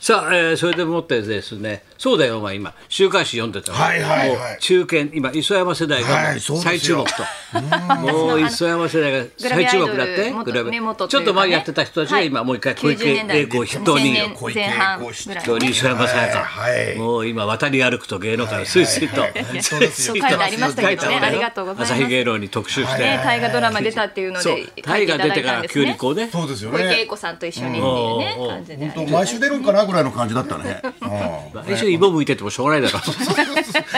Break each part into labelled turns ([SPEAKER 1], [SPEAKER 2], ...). [SPEAKER 1] さあ、えーそれでもってですねそうだよお前今週刊誌読んでたわ
[SPEAKER 2] はいはいはい
[SPEAKER 1] もう中堅今磯山世代
[SPEAKER 2] は
[SPEAKER 1] が
[SPEAKER 2] いそうですよ
[SPEAKER 1] 最注目と、もう磯山世代が最注目だって
[SPEAKER 3] グラビアアイドル元根本
[SPEAKER 1] ち
[SPEAKER 3] と
[SPEAKER 1] ょっ
[SPEAKER 3] いうかね
[SPEAKER 1] と前やってた人たちが
[SPEAKER 3] はい
[SPEAKER 1] 今もう一回小池
[SPEAKER 3] 90年代
[SPEAKER 1] 栄子を筆頭に
[SPEAKER 3] 2000年前半ぐらい
[SPEAKER 1] 小磯山さやか、
[SPEAKER 2] はいはい
[SPEAKER 1] もう今渡り歩くと芸能界をスイスイと、
[SPEAKER 2] はいはいはいそうですよ
[SPEAKER 3] 書いてありましたけど
[SPEAKER 1] 書いてあ
[SPEAKER 3] ね
[SPEAKER 1] ったよ
[SPEAKER 3] ありがとうございます
[SPEAKER 1] 朝日芸能に特集して、
[SPEAKER 3] ね、大河ドラマ出たっていうので
[SPEAKER 1] そ
[SPEAKER 3] 書
[SPEAKER 1] う
[SPEAKER 3] いてい
[SPEAKER 1] 大
[SPEAKER 3] た
[SPEAKER 1] 河
[SPEAKER 3] だ
[SPEAKER 1] 出
[SPEAKER 3] い
[SPEAKER 1] てか
[SPEAKER 3] たん
[SPEAKER 1] ら
[SPEAKER 3] です
[SPEAKER 1] 急に
[SPEAKER 3] ね
[SPEAKER 1] こうね
[SPEAKER 2] そうですよ
[SPEAKER 3] 小池栄
[SPEAKER 2] ね
[SPEAKER 3] 子さんと一緒にっていうね、
[SPEAKER 1] うん
[SPEAKER 3] 感じでありがとうございます
[SPEAKER 2] 毎週出るんかなぐらいの感じだった ね、うん
[SPEAKER 1] 来週イボ向いててもしょうがないだろ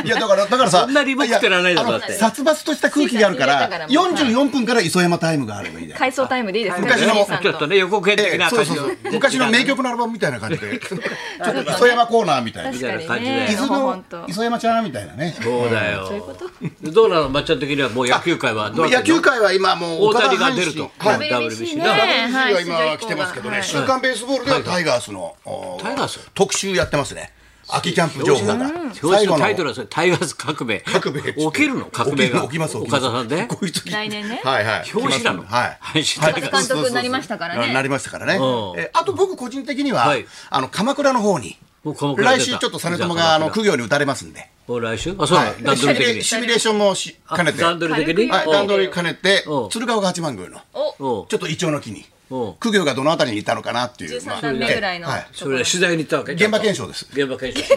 [SPEAKER 2] いやだからだからさ
[SPEAKER 1] そんなリボ食ってらないだろ
[SPEAKER 2] いや
[SPEAKER 1] だって
[SPEAKER 2] あの殺伐とした空気があるから
[SPEAKER 3] つい先に
[SPEAKER 2] 44分から磯山タイムがあればいいじゃん
[SPEAKER 3] 回想タイムでいいですか
[SPEAKER 2] 昔の
[SPEAKER 3] お兄さん
[SPEAKER 1] ちょっとね予告編的
[SPEAKER 2] ええ
[SPEAKER 1] な
[SPEAKER 2] そう
[SPEAKER 1] 感
[SPEAKER 2] そ
[SPEAKER 1] じ
[SPEAKER 2] う
[SPEAKER 1] の
[SPEAKER 2] そう昔の名曲のアルバムみたいな感 じでちょっと磯山コーナーみたいな
[SPEAKER 3] 確
[SPEAKER 1] みたいな
[SPEAKER 3] か
[SPEAKER 1] 感
[SPEAKER 3] に
[SPEAKER 1] じで
[SPEAKER 3] ね
[SPEAKER 2] 伊豆
[SPEAKER 3] 本
[SPEAKER 2] の
[SPEAKER 3] 当
[SPEAKER 2] 磯山ちゃんみたいなね
[SPEAKER 1] そうだよ
[SPEAKER 3] そういうこと
[SPEAKER 1] どうなのまっちゃん的にはもう野球界はどうな
[SPEAKER 2] 野
[SPEAKER 1] ってん
[SPEAKER 2] 球
[SPEAKER 1] の
[SPEAKER 2] 界は今もう
[SPEAKER 1] 大谷が出ると
[SPEAKER 2] はい
[SPEAKER 3] WBC
[SPEAKER 1] WBC
[SPEAKER 3] ね
[SPEAKER 1] な
[SPEAKER 2] は、
[SPEAKER 3] はいい
[SPEAKER 2] 今は来てますけどね、
[SPEAKER 3] はい
[SPEAKER 2] 週刊ベースボールではタイガースの、お
[SPEAKER 1] タイガース
[SPEAKER 2] 特集やってますね秋キャンプ情報が
[SPEAKER 1] 表紙のタイトルはそれタイガース革命
[SPEAKER 2] 革命
[SPEAKER 1] 起きるの革命が
[SPEAKER 2] 起きます起き
[SPEAKER 1] 岡
[SPEAKER 2] ます
[SPEAKER 1] 田さんで
[SPEAKER 2] こういう時
[SPEAKER 3] 来年ね
[SPEAKER 2] はいはい
[SPEAKER 1] 表紙なの
[SPEAKER 2] はい
[SPEAKER 1] 阪神タイガー
[SPEAKER 3] ス監督になりましたから
[SPEAKER 2] そ
[SPEAKER 3] ね
[SPEAKER 2] うそうそうなりましたからね
[SPEAKER 1] うん
[SPEAKER 2] えあと僕個人的には、
[SPEAKER 1] はい
[SPEAKER 2] あの鎌倉の方に
[SPEAKER 1] もう鎌倉出
[SPEAKER 2] 来
[SPEAKER 1] た
[SPEAKER 2] 週ちょっと実朝
[SPEAKER 1] じゃ
[SPEAKER 2] があの
[SPEAKER 1] 鎌倉
[SPEAKER 2] 苦行に打たれますんで
[SPEAKER 1] もう来週あそうなの段取り的に
[SPEAKER 2] シミュレーションもし兼ねて
[SPEAKER 1] 段取り的に
[SPEAKER 2] はい、
[SPEAKER 1] おう
[SPEAKER 2] 段取り兼ねて
[SPEAKER 1] おう
[SPEAKER 2] 鶴岡八幡宮の
[SPEAKER 3] お
[SPEAKER 1] おう
[SPEAKER 2] ちょっとイチョウの木に
[SPEAKER 1] おう
[SPEAKER 2] 苦行がどのあたりにいたのかなっていう、
[SPEAKER 3] 13段目ぐらいの
[SPEAKER 2] は
[SPEAKER 3] と
[SPEAKER 2] い
[SPEAKER 1] それ取材に行ったわけ
[SPEAKER 2] 現場検証です
[SPEAKER 1] 現場検証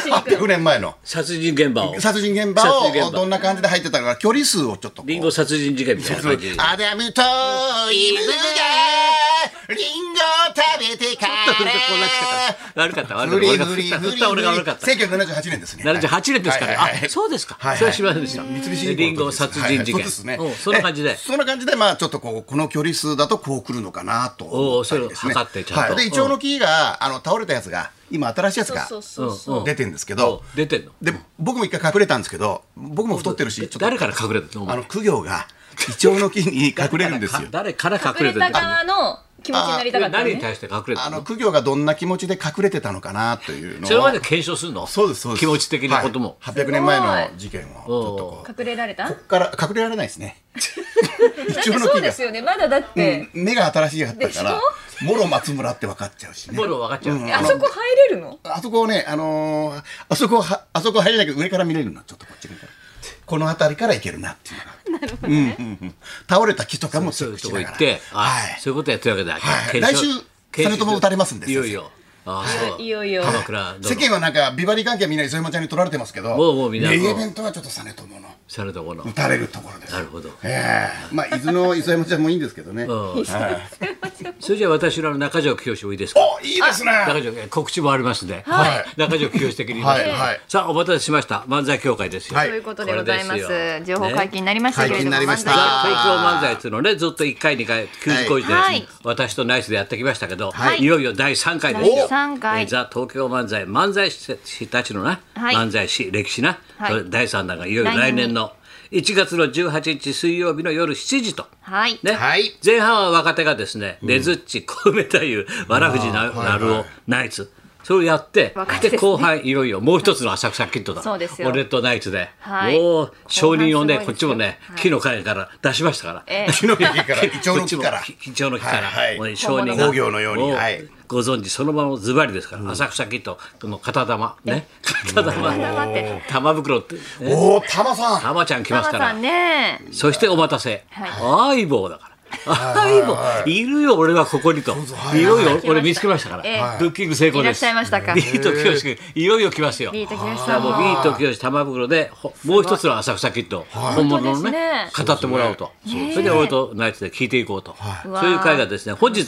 [SPEAKER 1] しに行った
[SPEAKER 2] 800 800年前の
[SPEAKER 1] 殺人現場を
[SPEAKER 2] 殺人現場
[SPEAKER 1] 殺人
[SPEAKER 2] を
[SPEAKER 1] 現場
[SPEAKER 2] どんな感じで入ってたのか距離数をちょっとこう
[SPEAKER 1] リンゴ殺人事件みたいな感じ
[SPEAKER 2] アダムとイブがリンゴ食べてか
[SPEAKER 1] ちょっとこんな来たから悪かった悪か
[SPEAKER 2] フ
[SPEAKER 1] った俺
[SPEAKER 2] リー
[SPEAKER 1] が
[SPEAKER 2] フ
[SPEAKER 1] 振
[SPEAKER 2] リ
[SPEAKER 1] った
[SPEAKER 2] ーフ
[SPEAKER 1] 振っ
[SPEAKER 2] リ
[SPEAKER 1] た俺が悪かった
[SPEAKER 2] 1978年ですね
[SPEAKER 1] 78年ですから、
[SPEAKER 2] はいはいはい
[SPEAKER 1] あそうですか、
[SPEAKER 2] はいはい
[SPEAKER 1] それは知りませんでした
[SPEAKER 2] 三菱
[SPEAKER 1] リンゴ殺人事件、
[SPEAKER 2] はいそうですね
[SPEAKER 1] うんそんな感じで
[SPEAKER 2] えそんな感じでまあちょっとこうこの距離数だとこう来るのかなと思ったりです
[SPEAKER 1] おーそれを
[SPEAKER 2] ね
[SPEAKER 1] 測ってちゃんと
[SPEAKER 2] はいでイチョウの木があの倒れたやつが今新しいやつが
[SPEAKER 3] そうそうそう、
[SPEAKER 1] う
[SPEAKER 2] 出てるんですけ
[SPEAKER 1] お
[SPEAKER 2] ど
[SPEAKER 1] 出てんの
[SPEAKER 2] で僕も一回隠れたんですけど僕も太ってるしちょっと
[SPEAKER 1] 誰から隠れたのお
[SPEAKER 2] あ
[SPEAKER 1] 前
[SPEAKER 2] の苦行がイチョウの木に隠れるんですよ
[SPEAKER 1] 誰から隠れ
[SPEAKER 3] 隠れ
[SPEAKER 1] てた
[SPEAKER 3] た
[SPEAKER 1] の
[SPEAKER 3] 側の気持ちになりたかったの
[SPEAKER 1] 誰に
[SPEAKER 3] ね
[SPEAKER 1] 対して隠れて
[SPEAKER 2] あ
[SPEAKER 1] た
[SPEAKER 2] の
[SPEAKER 1] の
[SPEAKER 2] 苦行がどんな気持ちで隠れてたのかなというのを
[SPEAKER 1] それまで検証するの
[SPEAKER 2] そうですそうです
[SPEAKER 1] 気持ち的なことも、
[SPEAKER 2] はい、800年前の事件をちょっとこう
[SPEAKER 3] 隠れられた
[SPEAKER 2] こっから隠れられないです ね
[SPEAKER 3] だっ
[SPEAKER 2] 一
[SPEAKER 3] て
[SPEAKER 2] 応の
[SPEAKER 3] そう
[SPEAKER 2] 木
[SPEAKER 3] で
[SPEAKER 2] が
[SPEAKER 3] すよねまだだって、
[SPEAKER 2] 目が新しいやったから
[SPEAKER 3] で
[SPEAKER 2] もろ松村って分かっちゃうしね
[SPEAKER 1] ボール分かっちゃう、
[SPEAKER 2] うん
[SPEAKER 3] あそこ入れるの
[SPEAKER 2] あそこをねあのーあそこはあそこ入れなきゃ上から見れるのちょっとこっちからこの辺りからいけるなっていうのがうんうんうん倒れた木とかもチ
[SPEAKER 1] そういう
[SPEAKER 2] ェック
[SPEAKER 1] と
[SPEAKER 2] し
[SPEAKER 1] こ
[SPEAKER 2] な
[SPEAKER 1] 行
[SPEAKER 2] がら
[SPEAKER 1] って、あ
[SPEAKER 2] はい
[SPEAKER 1] そういうことやってるわけだ、
[SPEAKER 2] はい
[SPEAKER 1] 検証
[SPEAKER 2] 来週
[SPEAKER 1] 検証
[SPEAKER 2] 実朝打たれますんで
[SPEAKER 1] いよいよあそう
[SPEAKER 3] いよいよ
[SPEAKER 1] 鎌倉殿
[SPEAKER 2] 世間はなんかビバリー関係はみんな磯山ちゃんに取られてますけど
[SPEAKER 1] もうもうみんな
[SPEAKER 2] 名イベントはちょっと実朝の
[SPEAKER 1] されたもの
[SPEAKER 2] 打たれるところです
[SPEAKER 1] なるほど
[SPEAKER 2] ええまあ伊豆の磯山ちゃんもいいんですけどね、お
[SPEAKER 1] うんそれじゃあ私のあの中条清もいいですか
[SPEAKER 2] いいですね
[SPEAKER 1] 中条え告知もありますんで、
[SPEAKER 2] はい
[SPEAKER 1] 中条清的に言いま
[SPEAKER 2] は
[SPEAKER 1] す
[SPEAKER 2] い
[SPEAKER 1] ね
[SPEAKER 2] はい
[SPEAKER 1] さあお待たせしました漫才協会ですよ、
[SPEAKER 2] はい
[SPEAKER 3] ということでございま
[SPEAKER 1] これ
[SPEAKER 3] す
[SPEAKER 1] ですよ
[SPEAKER 3] 情報解禁になりましたけれど
[SPEAKER 2] ね解禁に
[SPEAKER 3] も、
[SPEAKER 2] なりました
[SPEAKER 3] 漫才協
[SPEAKER 1] ザ・東
[SPEAKER 3] 会
[SPEAKER 1] 京漫才っていうのをねずっと1回2回9時工事で、
[SPEAKER 3] はい
[SPEAKER 1] 私とナイスでやってきましたけど、
[SPEAKER 3] はい
[SPEAKER 1] い、よいよ第3回ですよ
[SPEAKER 3] 第三回
[SPEAKER 1] えーザ・東京漫才漫才師たちのな、
[SPEAKER 3] はい
[SPEAKER 1] 漫才師歴史な、
[SPEAKER 3] はい
[SPEAKER 1] それ第3弾がいよいよ来年の1月の18日水曜日の夜7時と。
[SPEAKER 3] はい、
[SPEAKER 1] ね
[SPEAKER 2] はい
[SPEAKER 1] 前半は若手がですね、レズッチ、小梅太夫、わらふじななるお、ナイツ、それをやって、
[SPEAKER 3] 若手
[SPEAKER 1] で
[SPEAKER 3] ですね
[SPEAKER 1] 後半、いよいよもう一つの浅草キッドだ、
[SPEAKER 3] そうですよ
[SPEAKER 1] 俺とナイツで、
[SPEAKER 3] はい
[SPEAKER 1] もう承認をね、
[SPEAKER 3] 後
[SPEAKER 1] こっ
[SPEAKER 3] 半
[SPEAKER 1] ち
[SPEAKER 3] す
[SPEAKER 1] も
[SPEAKER 3] ごいですよ
[SPEAKER 1] ね、
[SPEAKER 3] はい
[SPEAKER 1] 木の会から出しましたから、
[SPEAKER 3] え
[SPEAKER 2] 木の木からイチョウ
[SPEAKER 1] こ
[SPEAKER 2] の
[SPEAKER 1] っち
[SPEAKER 2] 木
[SPEAKER 1] も
[SPEAKER 2] から
[SPEAKER 1] き一応の木から、
[SPEAKER 2] はい
[SPEAKER 1] も
[SPEAKER 2] は
[SPEAKER 1] う
[SPEAKER 2] い
[SPEAKER 1] 承認
[SPEAKER 2] 工業のように
[SPEAKER 1] も
[SPEAKER 2] はい
[SPEAKER 1] ご存知そのままズバリですから、浅草キッドの片玉ね、片玉、
[SPEAKER 3] 待って
[SPEAKER 1] 玉袋って、ね、
[SPEAKER 2] おお玉さん
[SPEAKER 1] 玉ちゃん来ま
[SPEAKER 3] マ
[SPEAKER 1] すか
[SPEAKER 3] マ
[SPEAKER 1] ら
[SPEAKER 3] さん。ね
[SPEAKER 1] そしてお待たせ、相棒だから。相棒いるよ俺はここにと、い、よいよ俺見つけましたから、
[SPEAKER 3] ええはい
[SPEAKER 1] ブッキング成功
[SPEAKER 3] い
[SPEAKER 1] で
[SPEAKER 3] らっし
[SPEAKER 1] す
[SPEAKER 3] ゃいましたか
[SPEAKER 1] ビート清志君いよいよ来ますよ
[SPEAKER 3] ビートきま
[SPEAKER 1] さ
[SPEAKER 3] さ
[SPEAKER 1] あ
[SPEAKER 3] ん
[SPEAKER 1] もうビート清志玉袋でほもう一つの浅草キッド、本物の
[SPEAKER 3] 本当
[SPEAKER 1] ね
[SPEAKER 3] です
[SPEAKER 1] 語ってもらおうとそ,、れで俺とナイツで聞いていこうと、そういう会がですね本日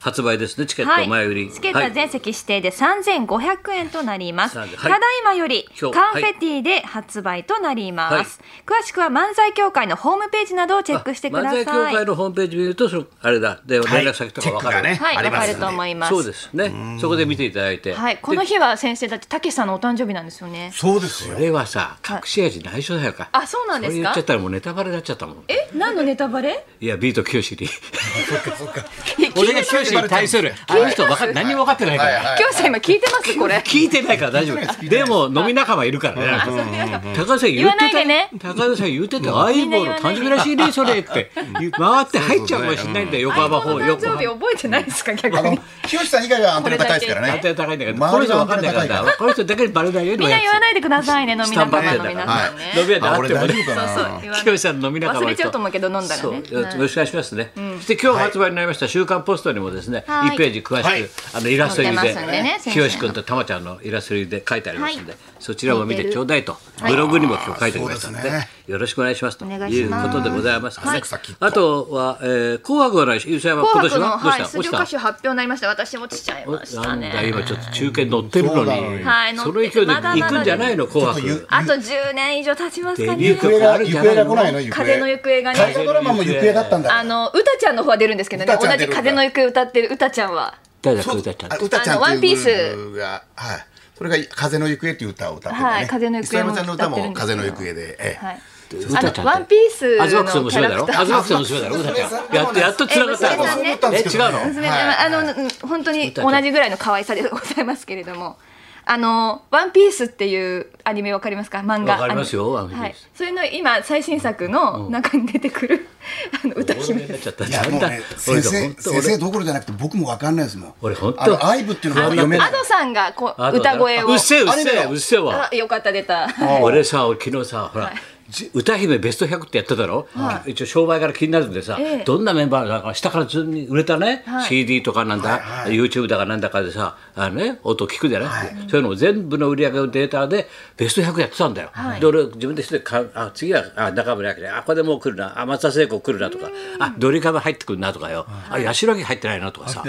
[SPEAKER 1] 発売ですねチケッ
[SPEAKER 3] は
[SPEAKER 1] ト前売り、
[SPEAKER 3] い、チケットは
[SPEAKER 1] はい
[SPEAKER 3] 全席指定で3500円となります、
[SPEAKER 1] はい
[SPEAKER 3] ただいまより
[SPEAKER 1] 今日
[SPEAKER 3] カンフェティで発売となります、詳しくは漫才協会のホームページなどをチェックしてください
[SPEAKER 1] 漫才協会のホームページ見るとそのあれだで連
[SPEAKER 2] はい
[SPEAKER 1] 絡先とかわかる、
[SPEAKER 2] チェックがね
[SPEAKER 3] はい
[SPEAKER 2] あり
[SPEAKER 3] わ
[SPEAKER 2] ま
[SPEAKER 3] か
[SPEAKER 2] すよ
[SPEAKER 3] る
[SPEAKER 2] ね
[SPEAKER 3] と思います
[SPEAKER 1] そうですねそこで見ていただいて、
[SPEAKER 3] はい、この日は先生だってたけしさんのお誕生日なんですよね
[SPEAKER 2] そうですよ
[SPEAKER 1] これはさ隠し味内緒だよか
[SPEAKER 3] あそうなんですか
[SPEAKER 1] それ言っちゃったらもうネタバレになっちゃったもん
[SPEAKER 3] え何のネタバレ
[SPEAKER 1] いやビート清志に俺が清志にに対する、あの人わかっ何も分かってないから。
[SPEAKER 2] はい
[SPEAKER 3] 京さん 今聞いてますこれ
[SPEAKER 1] 聞いてないから大丈夫。でも飲み仲間いるからね。高橋さん言
[SPEAKER 3] 言
[SPEAKER 1] っ
[SPEAKER 3] わ
[SPEAKER 1] て
[SPEAKER 3] ない
[SPEAKER 1] た
[SPEAKER 3] でね
[SPEAKER 1] 高橋さん言ってた相棒の誕生日らしいねそれって回って入っちゃうかもしれないんだよ横浜
[SPEAKER 3] 相棒
[SPEAKER 1] 方
[SPEAKER 3] の誕
[SPEAKER 1] 横
[SPEAKER 3] 生日
[SPEAKER 1] 浜。
[SPEAKER 3] 覚えてないですか逆
[SPEAKER 2] あの
[SPEAKER 3] に、
[SPEAKER 2] 清さん以外はアンテナ高いですから
[SPEAKER 1] 安
[SPEAKER 2] ね。
[SPEAKER 1] 定高いんだけど、こ
[SPEAKER 2] 周
[SPEAKER 1] の
[SPEAKER 2] り
[SPEAKER 1] 人
[SPEAKER 2] のア
[SPEAKER 1] わ
[SPEAKER 2] ンテ
[SPEAKER 1] かんないか、
[SPEAKER 2] ナ高いから
[SPEAKER 1] この人だけバレないように
[SPEAKER 3] みんな言わないでくださ いね飲み仲間の
[SPEAKER 1] スタンバイ
[SPEAKER 3] 皆
[SPEAKER 1] だ
[SPEAKER 3] さ
[SPEAKER 2] から
[SPEAKER 3] んね
[SPEAKER 1] 飲み屋で
[SPEAKER 2] あ
[SPEAKER 1] 会っ
[SPEAKER 2] 俺
[SPEAKER 1] ても
[SPEAKER 2] 大
[SPEAKER 1] ね。
[SPEAKER 2] 丈夫か
[SPEAKER 3] そうそう
[SPEAKER 2] な。
[SPEAKER 3] 言わ
[SPEAKER 1] 清さんの飲み仲間の人
[SPEAKER 3] 忘れちゃうと思うけど飲んだらね
[SPEAKER 1] そう
[SPEAKER 3] はい
[SPEAKER 1] よろしくお願いしますね。そして今日発売になりました週刊ポストにもですね、
[SPEAKER 3] はい
[SPEAKER 1] 1ページ詳
[SPEAKER 2] はい
[SPEAKER 1] しくあのイラスト入り
[SPEAKER 3] 載
[SPEAKER 1] で
[SPEAKER 3] ってますんでね先生の
[SPEAKER 1] 清君と玉ちゃんのイラスト入りで書いてありますので
[SPEAKER 3] はい、
[SPEAKER 1] そちらも見てちょうだいとブログにも今日書いておきましたの
[SPEAKER 2] そうです
[SPEAKER 1] で
[SPEAKER 2] ね、
[SPEAKER 1] よろしくお願いしますと
[SPEAKER 3] お願いし
[SPEAKER 1] いう
[SPEAKER 3] ます
[SPEAKER 1] ことでございますか
[SPEAKER 3] は
[SPEAKER 1] ね
[SPEAKER 3] い。
[SPEAKER 1] あとはえー紅白の優勝は今
[SPEAKER 3] 紅
[SPEAKER 1] 年
[SPEAKER 3] 白の、
[SPEAKER 1] はどう
[SPEAKER 3] はい、
[SPEAKER 1] した？
[SPEAKER 3] 出
[SPEAKER 1] 落
[SPEAKER 3] 場
[SPEAKER 1] ちた
[SPEAKER 3] 歌手発表になりました。私落ちちゃいました
[SPEAKER 1] なんだ
[SPEAKER 3] ね。
[SPEAKER 1] 今ちょっと中継乗ってるのに
[SPEAKER 2] うん
[SPEAKER 3] はい乗っ
[SPEAKER 1] そ
[SPEAKER 3] て
[SPEAKER 1] の勢いで
[SPEAKER 3] まだまだ
[SPEAKER 1] 行くんじゃないの紅
[SPEAKER 2] ちょっと
[SPEAKER 1] 白
[SPEAKER 3] あと10年以上経ちますか
[SPEAKER 1] デビュ
[SPEAKER 3] ね
[SPEAKER 1] ー。
[SPEAKER 2] 行方が行方が来ないの行方。
[SPEAKER 3] 風の行方が
[SPEAKER 2] 大
[SPEAKER 3] ね
[SPEAKER 2] 河。ドラマも行方だったんだ。
[SPEAKER 3] あの歌ちゃんの方は出るんですけどね。
[SPEAKER 2] 歌ちゃ
[SPEAKER 3] 同
[SPEAKER 2] ん出
[SPEAKER 3] じ
[SPEAKER 2] るんだ
[SPEAKER 3] 風の行方歌ってる歌ちゃんは。
[SPEAKER 1] 誰だっけ
[SPEAKER 2] そう
[SPEAKER 1] 歌ちゃん
[SPEAKER 2] あ歌ちゃん
[SPEAKER 3] あのワン
[SPEAKER 2] って
[SPEAKER 3] ピ
[SPEAKER 2] い
[SPEAKER 3] ー
[SPEAKER 2] う
[SPEAKER 3] ス
[SPEAKER 2] グループがはい。それが風の行方っていう歌を歌っててね。
[SPEAKER 3] はい風の行方も
[SPEAKER 2] 磯山ちゃんの歌も
[SPEAKER 3] 歌って
[SPEAKER 2] 風
[SPEAKER 3] るん
[SPEAKER 2] の
[SPEAKER 3] ですけ
[SPEAKER 2] 行
[SPEAKER 3] ど
[SPEAKER 2] 方で。ええ
[SPEAKER 3] はい。
[SPEAKER 1] 歌ちゃんっ
[SPEAKER 3] あ
[SPEAKER 1] て
[SPEAKER 3] のワンピースの
[SPEAKER 1] アズワックスの娘だろ
[SPEAKER 3] キャラクター
[SPEAKER 1] アズワックスの娘だろ歌ちゃんやっとやっと繋がっ
[SPEAKER 3] え
[SPEAKER 1] た
[SPEAKER 2] でもそう思ったんですけどね。
[SPEAKER 1] え違う
[SPEAKER 3] 娘
[SPEAKER 2] はい
[SPEAKER 3] あの、うん本当に同じぐらいの可愛さでございますけれども。あの「ワンピースっていうアニメわかりますか漫画
[SPEAKER 1] わかりますよ
[SPEAKER 3] アニメ
[SPEAKER 1] ワン
[SPEAKER 3] は
[SPEAKER 1] ピー
[SPEAKER 3] い
[SPEAKER 1] ス、
[SPEAKER 3] それの今最新作の中に出てくる、あの歌姫
[SPEAKER 1] なっちゃった
[SPEAKER 2] いやもうね先生先生どころじゃなくて僕もわかんないですもん。
[SPEAKER 1] 俺ほんと
[SPEAKER 2] あのアイブっていうのが読めない
[SPEAKER 3] ア。ドさんがこう歌声を
[SPEAKER 1] うっせえうっ
[SPEAKER 2] あれ
[SPEAKER 1] せ
[SPEAKER 2] だ
[SPEAKER 1] え
[SPEAKER 2] よ
[SPEAKER 1] うっせえわ
[SPEAKER 3] あよかった出 た
[SPEAKER 1] 俺さ昨日さほら
[SPEAKER 3] い
[SPEAKER 1] じ歌姫ベスト100ってやっただろ、一応商売から気になるんでさ、
[SPEAKER 3] ええ
[SPEAKER 1] どんなメンバーだから下から順に売れたね、
[SPEAKER 3] はい
[SPEAKER 1] CD とかなんだ、YouTube だかなんだかでさあの、ね、音聞くじゃない、そういうのを全部の売り上げのデータでベスト100やってたんだよ、で俺自分で一人でかあ次はあ中村明ねあこれもう来るなあ松田聖子来るなとかあドリカム入ってくるなとかよ、あ八代亜紀入ってないなとかさ、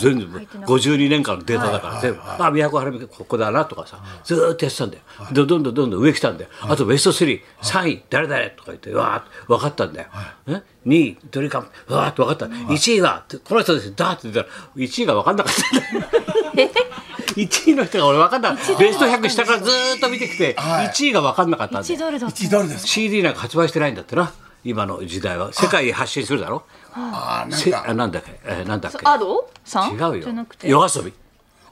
[SPEAKER 1] 全部52年間のデータだから全部、あ宮古晴美ここだなとかさずーっとやってたんだよ、でどんどんどんどん上来たんだよ、あとベスト33、3位誰誰とか言ってわーっと分かったんだよ、ね2位ドリカムわーっと分かった、1位はってこの人ですだーって言ったら1位が分かんなかったんだよ1位の人が俺分かんなかったベスト100下からずーっと見てきて
[SPEAKER 2] はい
[SPEAKER 1] 1位が分かんなかったんだ
[SPEAKER 3] 一
[SPEAKER 1] よ
[SPEAKER 3] ドルだった
[SPEAKER 2] 一ドルです。
[SPEAKER 1] CD なんか発売してないんだってな今の時代は世界に発信するだろ
[SPEAKER 2] ああなん
[SPEAKER 1] せ
[SPEAKER 2] か
[SPEAKER 1] あ。なんだっけえーなんだっけ
[SPEAKER 3] アドさん
[SPEAKER 1] 違う
[SPEAKER 3] じゃなくて
[SPEAKER 1] よ夜遊び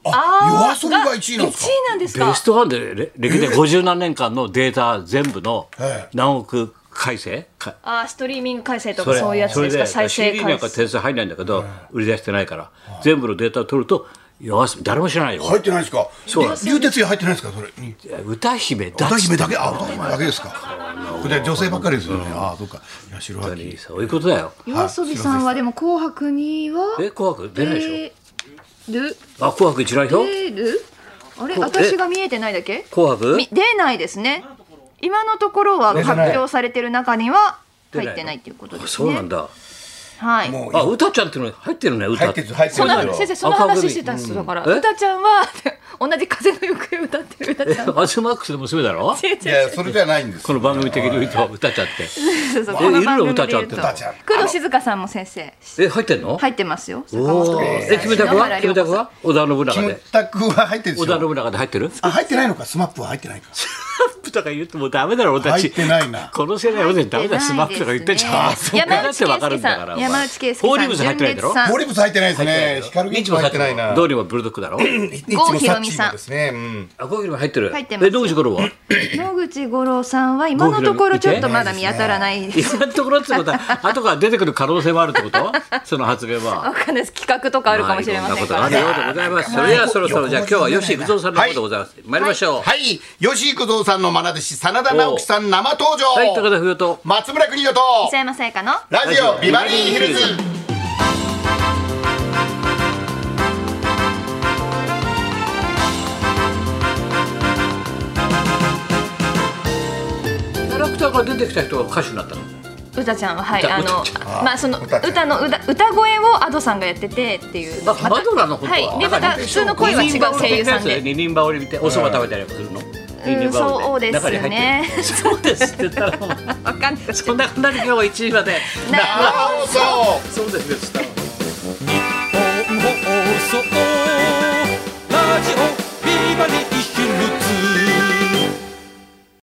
[SPEAKER 2] あ夜遊びが1位なんですか
[SPEAKER 3] 1位なんですか
[SPEAKER 1] ベストワンでれ歴代50何年間のデータ全部の
[SPEAKER 2] ええ
[SPEAKER 1] 何億回生か
[SPEAKER 3] あーストリーミング回生とかそういうやつですか再生
[SPEAKER 1] CD なん
[SPEAKER 3] 回
[SPEAKER 1] か
[SPEAKER 3] 数
[SPEAKER 1] 点数入んないんだけど売り出してないから全部のデータを取ると夜遊び誰も知らないよ
[SPEAKER 2] 入ってないですか。
[SPEAKER 1] そうなんで
[SPEAKER 2] 流鉄也入ってないですかそれ。
[SPEAKER 1] 歌姫だっ
[SPEAKER 2] 歌
[SPEAKER 1] つっ
[SPEAKER 2] 姫
[SPEAKER 1] て
[SPEAKER 2] だけあ歌姫だけですか。これ女性ばっかりですよね。ああそうか。いや白
[SPEAKER 1] 本当
[SPEAKER 2] 秋
[SPEAKER 1] に。そういうことだよ
[SPEAKER 3] 夜遊びさんはでも「紅白」には
[SPEAKER 1] え紅白出ないでしょ
[SPEAKER 3] 出る
[SPEAKER 1] あ紅白一覧表
[SPEAKER 3] 出るあれ
[SPEAKER 1] こ
[SPEAKER 3] 私が見えてないだけ
[SPEAKER 1] 紅白
[SPEAKER 3] み出ないですね今のところは
[SPEAKER 2] 出て
[SPEAKER 3] 発
[SPEAKER 2] ない
[SPEAKER 3] 表されてる中には
[SPEAKER 1] 出
[SPEAKER 3] 入
[SPEAKER 1] ないの
[SPEAKER 3] ってないっていうことです
[SPEAKER 1] あそ
[SPEAKER 3] ね
[SPEAKER 1] うなんだ
[SPEAKER 3] はい
[SPEAKER 2] もう
[SPEAKER 1] あ歌ちゃんっていうの入ってるね歌
[SPEAKER 2] 入ってる入って
[SPEAKER 3] そ
[SPEAKER 2] る
[SPEAKER 3] の先生その話してたんですよだから
[SPEAKER 1] え
[SPEAKER 3] 歌ちゃんは同じ風の行方を歌ってる歌ちゃんは
[SPEAKER 1] アズマックスの娘だろ
[SPEAKER 2] いやそれじゃないんです。
[SPEAKER 1] この番組的に言うと歌ちゃんって
[SPEAKER 3] そうそう
[SPEAKER 1] え
[SPEAKER 3] この
[SPEAKER 1] いるの
[SPEAKER 3] 番組で言うと
[SPEAKER 1] 歌ちゃん
[SPEAKER 2] って
[SPEAKER 3] 工藤静香さんも先生
[SPEAKER 1] え入ってんの
[SPEAKER 3] 入ってますよ坂
[SPEAKER 1] お
[SPEAKER 3] 本
[SPEAKER 1] お
[SPEAKER 3] 龍
[SPEAKER 1] え
[SPEAKER 3] 一
[SPEAKER 1] キムタク
[SPEAKER 3] 篠
[SPEAKER 1] は
[SPEAKER 3] 原
[SPEAKER 1] キ
[SPEAKER 3] 涼
[SPEAKER 1] ム
[SPEAKER 3] 子さ
[SPEAKER 1] タ
[SPEAKER 3] ん
[SPEAKER 1] クは織田信長で
[SPEAKER 2] キムタクは入ってるん
[SPEAKER 1] 織
[SPEAKER 2] です
[SPEAKER 1] 田
[SPEAKER 2] よ。
[SPEAKER 1] 信長で入ってる
[SPEAKER 2] あ入ってないのか。スマップは入ってないか。
[SPEAKER 1] スマップとか言ってもダメだろ俺たち
[SPEAKER 2] 入ってないな
[SPEAKER 1] この世代はねダメだよスマップとか言ってんじゃん
[SPEAKER 3] 入ってないですね
[SPEAKER 1] わかるんだからお前
[SPEAKER 3] 山内圭介さん
[SPEAKER 1] フォーリーブス入ってないだろ
[SPEAKER 3] 純烈さん
[SPEAKER 2] ボリブス入ってないですね。光
[SPEAKER 1] ミ
[SPEAKER 2] 源
[SPEAKER 1] チ
[SPEAKER 2] 氏
[SPEAKER 1] も
[SPEAKER 2] も
[SPEAKER 1] 入っ
[SPEAKER 2] 入ってて
[SPEAKER 1] な
[SPEAKER 2] ないい
[SPEAKER 1] な
[SPEAKER 2] な。
[SPEAKER 1] どうにもブルドックだろ
[SPEAKER 2] ニッチも
[SPEAKER 3] 郷ひろみさん
[SPEAKER 2] サッチもですね。うん。
[SPEAKER 1] あゴーギルも入ってる
[SPEAKER 3] 入ってます
[SPEAKER 1] え野口五郎は
[SPEAKER 3] 野口五郎さんは今のところちょっとまだ見当たらないです
[SPEAKER 1] 今のところってことは後から出てくる可能性もあるってことその発言は
[SPEAKER 3] わかんないです企画とかあるかもしれませんから
[SPEAKER 1] まあいろんなことがあるようでございますそれではそろそろじゃあ今日は吉幾三さんの方でございます参りましょう
[SPEAKER 2] はい。吉幾三さんの愛弟子真田直樹さん生登場。
[SPEAKER 1] はい高田冬と
[SPEAKER 2] 松村邦夫と
[SPEAKER 3] 磯山さやかの
[SPEAKER 2] ラジオビバリーヒルズ。
[SPEAKER 1] キャラクターが出てきた人が歌手になったの
[SPEAKER 3] 歌ちゃんははい
[SPEAKER 1] 歌
[SPEAKER 3] あの
[SPEAKER 1] 歌
[SPEAKER 3] まあその
[SPEAKER 2] 歌ちゃん
[SPEAKER 3] 歌の歌歌声をアドさんがやっててっていう
[SPEAKER 1] あマドラーのことは
[SPEAKER 3] はいでまた普通の声は違う声優さんで
[SPEAKER 1] 二人羽織見てお蕎麦食べたりもするの二人羽織
[SPEAKER 3] そうですよ
[SPEAKER 1] 中
[SPEAKER 3] ね
[SPEAKER 1] に入ってるそうですって言ったらもう
[SPEAKER 3] わかんない
[SPEAKER 1] そんなこんなに今日は1位まで
[SPEAKER 3] な
[SPEAKER 2] ああそ
[SPEAKER 1] そ
[SPEAKER 2] う。
[SPEAKER 1] うですね